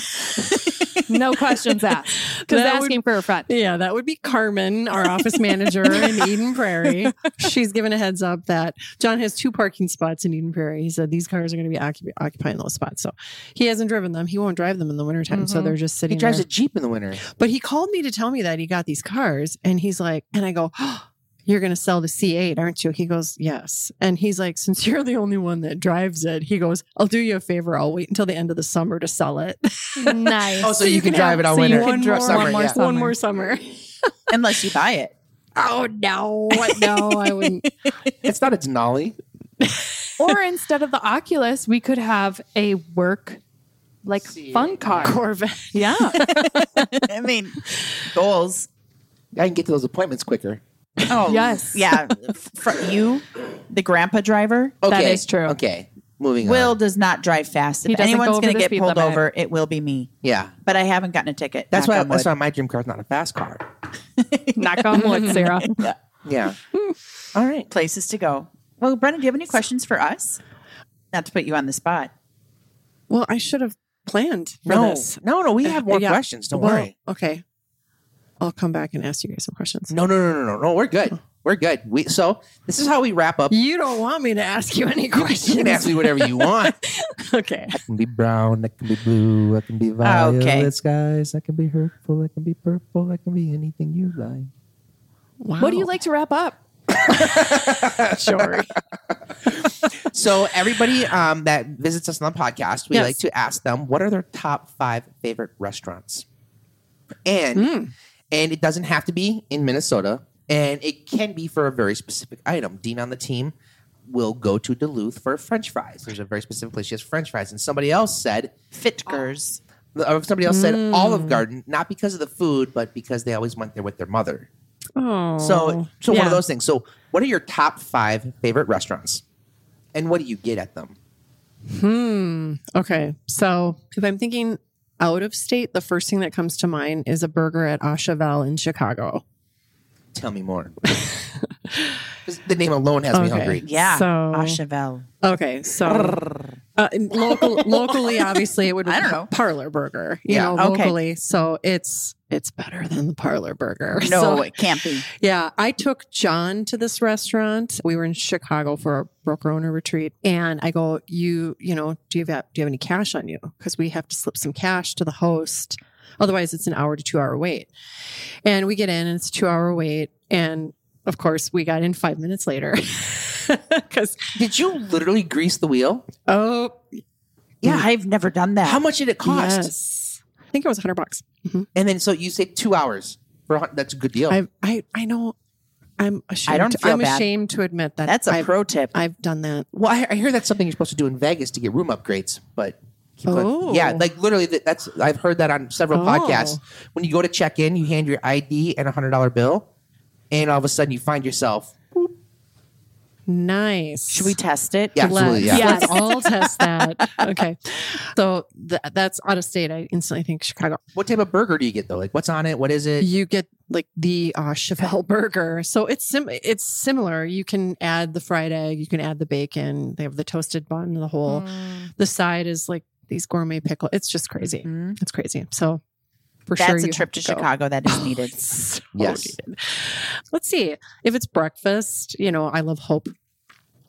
S5: no questions asked." Because
S3: That would-
S5: asking for a friend.
S3: yeah, that would be Carmen, our office manager in Eden Prairie. She's given a heads up that John has two parking spots in Eden Prairie. He said these cars are going to be occup- occupying those spots. So he hasn't driven them. He won't drive them in the wintertime. So
S5: Mhm.
S3: they're just
S1: He
S3: sitting
S1: drives
S3: there.
S1: a Jeep in the winter.
S3: But he called me to tell me that he got these cars and he's like, and I go, oh, you're going to sell the C8, aren't you? He goes, yes. And he's like, since you're the only one that drives it, he goes, I'll do you a favor. I'll wait until the end of the summer to sell it.
S5: Nice.
S1: Oh, so, you, can, drive
S3: have-
S1: it all
S3: so you
S1: winter.
S3: can drive-
S1: Summer,
S5: one more
S1: yeah.
S5: summer.
S3: One more summer.
S4: Unless you buy it.
S3: Oh, no. No, I wouldn't.
S1: It's not a Denali.
S5: or instead of the Oculus, we could have a work, like fun car.
S3: Corvette.
S5: Yeah.
S4: I mean, goals.
S1: I can get to those appointments quicker.
S4: Oh
S5: Yes.
S4: Yeah. For you, the grandpa driver.
S1: Okay.
S5: is true.
S1: Okay. Moving
S4: Will
S1: on.
S4: does not drive fast. If
S5: He doesn't go
S4: anyone's
S5: over
S4: going
S5: the
S4: to get
S5: speed
S4: pulled
S5: limit.
S4: over, it will be me.
S1: Yeah.
S4: But I haven't gotten a ticket.
S1: That's
S4: Knock
S1: why.
S4: on
S1: That's
S4: wood.
S1: why my dream car's not a fast car.
S5: Knock on wood, Sarah.
S1: Yeah. all right.
S4: places to go. Well, Brendan, do you have any questions for us? Not to put you on the spot.
S3: Well, I should have planned for
S1: No.
S3: this.
S1: No. No. We have more
S3: Yeah.
S1: questions. Don't
S3: Well,
S1: worry.
S3: Okay. I'll come back and ask you guys some questions.
S1: No. No. No. No. No. No. We're good. We're good. We. So this is how we wrap up.
S3: You don't want me to ask you any questions.
S1: You can ask me whatever you want.
S3: okay. Ah,
S1: I can be brown, I can be blue, I can be violet
S4: Okay.
S1: skies, I can be hurtful, I can be purple, I can be anything you like.
S3: Wow.
S5: What do you like to wrap up?
S3: Sure.
S1: So everybody um, that visits us on the podcast, we
S3: Yes.
S1: like to ask them what are their top five favorite restaurants, and
S3: Hmm.
S1: and it doesn't have to be in Minnesota, and it can be for a very specific item. Dean on the team will go to Duluth for French fries. There's a very specific place she has French fries, and somebody else said
S4: Fitkers.
S1: uh, somebody else said
S3: Hmm.
S1: Olive Garden, not because of the food, but because they always went there with their mother.
S3: Oh.
S1: So, so one
S3: Yeah.
S1: of those things. So, what are your top five favorite restaurants, and what do you get at them?
S3: Hmm. Okay. So if I'm thinking out of state, the first thing that comes to mind is a burger at Ashavel in Chicago.
S1: Tell me more. The name alone has me
S3: Okay.
S1: hungry.
S4: Yeah.
S3: So-
S4: Achevelle.
S3: Okay, so uh, in local, locally, obviously, it would be
S4: I don't know.
S3: parlor burger. You
S1: Yeah,
S3: know,
S4: okay.
S3: locally, so it's it's better than the parlor burger.
S4: No,
S3: So-
S4: it can't be.
S3: Yeah, I took John to this restaurant. We were in Chicago for a broker owner retreat, and I go, "You, you know, do you have do you have any cash on you? Because we have to slip some cash to the host, otherwise it's an hour to two hour wait." And we get in, and it's a two hour wait, and of course we got in five minutes later because
S1: Did you literally grease the wheel?
S3: oh,
S4: Yeah, I've never done that.
S1: How much did it cost?
S3: yes. I think it was hundred bucks.
S1: And then so you say two hours. For a hun- That's a good deal.
S3: I I I know. I'm ashamed.
S4: Oh. don't
S3: to-
S4: feel
S3: I'm
S4: bad.
S3: ashamed to admit that
S4: That's a
S3: I've-
S4: pro tip.
S3: I've done that.
S1: well, I, I hear that's something you're supposed to do in Vegas to get room upgrades, but. keep going.
S3: Oh.
S1: Yeah, like literally, th- that's I've heard that on several
S3: Oh.
S1: podcasts. When you go to check in, you hand your ID and a hundred dollar bill, and all of a sudden you find yourself.
S3: Nice.
S4: Should we test it?
S1: Yeah, absolutely. Yeah.
S3: Let's,
S5: Yes.
S3: let's all test that. Okay. So th- that's out of state. I instantly think Chicago.
S1: What type of burger do you get though? Like, what's on it? What is it?
S3: You get like the uh, Chevelle burger. So it's sim- it's similar. You can add the fried egg, you can add the bacon. They have the toasted bun, the whole.
S4: Mm.
S3: The side is like these gourmet pickle. It's just crazy.
S4: Mhm.
S3: It's crazy. So for
S4: That's
S3: sure.
S4: a
S3: you
S4: trip
S3: have
S4: to,
S3: go.
S4: Chicago that is needed.
S3: So
S1: Yes.
S3: needed. Let's see. If it's breakfast, you know, I love Hope.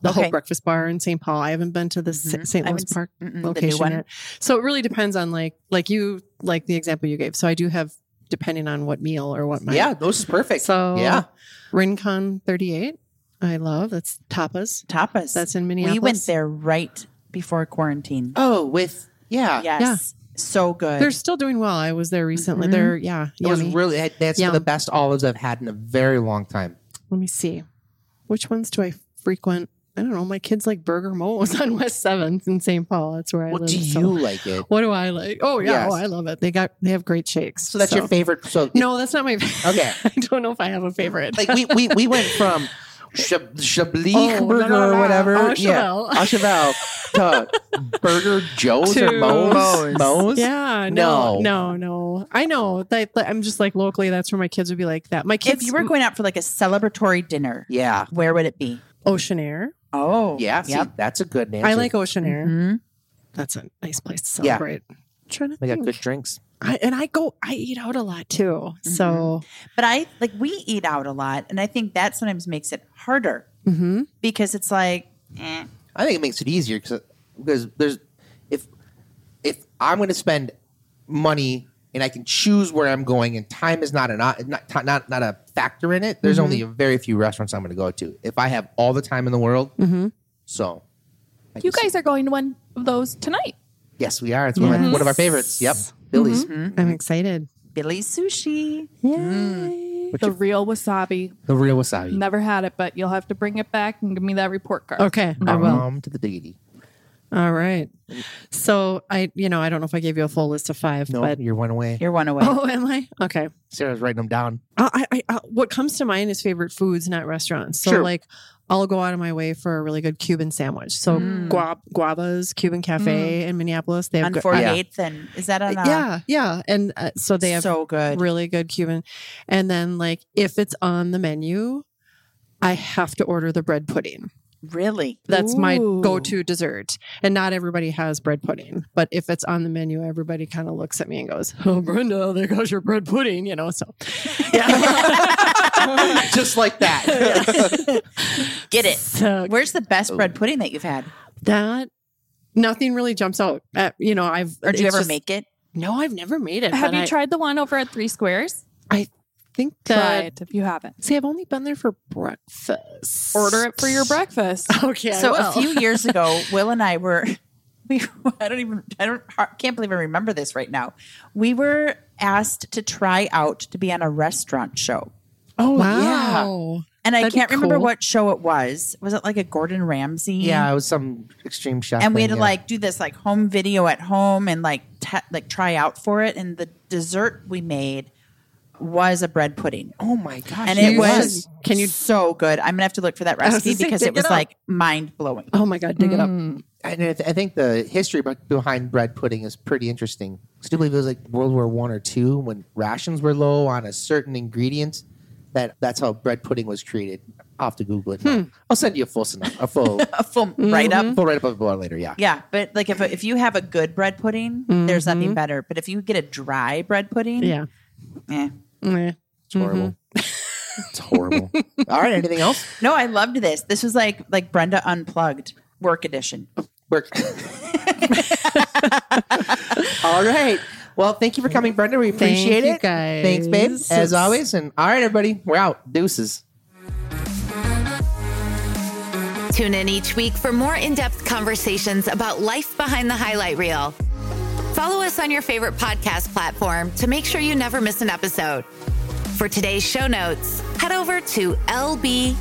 S3: The
S4: Okay.
S3: Hope Breakfast Bar in St. Paul. I haven't been to the S-
S4: Mhm.
S3: St.
S4: I
S3: Louis
S4: haven't s-
S3: Park
S1: Mm,
S4: Mm-mm, the new
S3: location
S4: one.
S3: yet. So it really depends on like like you like the example you gave. So I do have depending on what meal or what my
S1: Yeah, those is perfect.
S3: So
S1: yeah,
S3: Rincon 38. I love that's tapas.
S4: Tapas.
S3: That's in Minneapolis.
S4: we went there right before quarantine.
S1: oh, with yeah,
S4: yes. So good.
S3: They're still doing well. I was there recently.
S4: Mhm.
S3: They're yeah.
S1: Mm-hmm. it was
S3: yummy.
S1: really that- that's some of
S3: Yum.
S1: the best olives I've had in a very long time.
S3: Let me see. Which ones do I frequent? I don't know. My kids like Burger Mo's on West 7th in St. Paul. That's where I
S1: What
S3: live.
S1: do
S3: so-
S1: you like it?
S3: What do I like? Oh yeah,
S1: Yes.
S3: oh I love it. They got they have great shakes.
S1: So that's your favorite. So
S3: No, that's not my favorite.
S1: Okay.
S3: I don't know if I have a favorite.
S1: like we we, we went from Chab- Chablis
S3: Oh,
S1: burger
S3: la, la, la.
S1: or whatever,
S3: Au
S1: yeah,
S3: Cheval.
S1: Au Cheval, to Burger Joe's or
S3: To-
S1: Moe's, Moe's.
S3: Yeah, no, no, no. I know that. that- I'm just like locally. That's where my kids would be like that. My
S4: if
S3: kids,
S4: you were going out for like a celebratory dinner,
S1: yeah,
S4: where would it be?
S3: Ocean Air.
S4: Oh,
S1: yeah. See,
S4: Yep.
S1: that's a good name.
S3: I like Ocean Air.
S4: Mhm.
S3: That's a nice place to
S1: Mm-hmm. Yeah.
S3: celebrate. I'm trying to
S1: They got
S3: think.
S1: good drinks.
S3: I, and I go. I eat out a lot too.
S1: Mm-hmm.
S3: So
S4: But I like we eat out a lot, and I think that sometimes makes it harder
S3: mhm.
S4: because it's like, eh.
S1: I think it makes it easier because because there's if if I'm going to spend money and I can choose where I'm going and time is not an o- not ti- not not a factor in it. There's only a very few restaurants I'm going to go to. If I have all the time in the world, so I
S5: You
S1: can
S5: guys are going to one of those tonight.
S1: Yes, we are. It's one, of my, one of our favorites. Yep, Billy's.
S4: Mm-hmm.
S3: I'm excited. Mm.
S4: Billy sushi.
S5: the real wasabi.
S1: The real wasabi.
S5: Never had it, but you'll have to bring it back and give me that report card.
S3: Okay, I will.
S1: Um, to the diggity.
S3: All right. So I, you know, I don't know if I gave you a full list of five,
S1: No,
S3: but
S1: you're one away.
S4: You're one away.
S3: oh, am I? Okay.
S1: Sarah's writing them down.
S4: Mm-hmm.
S3: I, I, I, what comes to mind is favorite foods, not restaurants. So
S1: Sure.
S3: like, I'll go out of my way for a really good Cuban sandwich. So
S4: Mm.
S3: guab, Guaba's Cuban Cafe in Minneapolis. They have
S4: on
S3: good,
S4: 48th and is that on? uh,
S3: yeah, yeah, and uh, so they have
S4: so good.
S3: really good Cuban. And then like, if it's on the menu, I have to order the bread pudding.
S4: Really?
S3: That's my
S5: Ooh.
S3: go-to dessert. And not everybody has bread pudding, but if it's on the menu, everybody kind of looks at me and goes, "Oh, Brenda, there goes your bread pudding," you know. So, yeah.
S1: Just like that.
S4: Get it.
S3: so
S4: Where's the best bread
S3: Oh.
S4: pudding that you've had?
S3: that nothing really jumps out. At, you know, I've
S4: Or do you
S3: it's
S4: ever
S3: just-
S4: make it?
S3: No, I've never made it.
S5: Have
S3: but
S5: you
S3: I
S5: tried the one over at Three Squares?
S3: Think
S5: Try
S3: that.
S5: it if you haven't.
S3: See, I've only been there for breakfast.
S5: Order it for your breakfast.
S3: Okay. I
S4: so a
S3: will.
S4: few years ago, Will and I were we I don't even I don't I can't believe I remember this right now. We were asked to try out to be on a restaurant show.
S3: Oh
S1: yeah.
S3: wow.
S4: And I
S3: That'd be
S4: can't remember
S3: cool.
S4: what show it was. Was it like a Gordon Ramsay?
S1: yeah, it was some extreme chef.
S4: And we had to
S1: thing, yeah.
S4: like do this like home video at home and like te- like try out for it. And the dessert we made was a bread pudding.
S1: Oh my gosh.
S4: and it
S3: you
S4: was
S3: should- can you-
S4: so good. I'm gonna have to look for that
S3: was
S4: recipe
S3: just saying,
S4: because
S3: dig
S4: it was
S3: it up.
S4: like mind blowing.
S3: Oh my god, dig it up.
S1: And I, th- I think the history be- behind bread pudding is pretty interesting. 'Cause I do believe it was like World War One or two when rations were low on a certain ingredient. That that's how bread pudding was created. I'll have to Google it. now. I'll send you a full synop- a full Mm-hmm.
S4: a full Hmm. write
S3: Mm-hmm.
S4: up.
S1: full write up of the later. Yeah.
S4: Yeah, but like if if you have a good bread pudding, there's nothing better. But if you get a dry bread pudding,
S3: Mm-hmm. Yeah.
S4: eh.
S3: Yeah.
S1: It's
S4: Mm-hmm.
S1: horrible. it's horrible. All right. Anything else?
S4: No, I loved this. This was like like Brenda unplugged work edition.
S1: Work. all right. Well, thank you for coming, Brenda. We appreciate
S3: you,
S1: it. Thanks, babe.
S3: guys.
S1: As always. And all right, everybody. We're out. Deuces.
S2: Tune in each week for more in depth conversations about life behind the highlight reel. Follow us on your favorite podcast platform to make sure you never miss an episode. For today's show notes, head over to lbthr.com.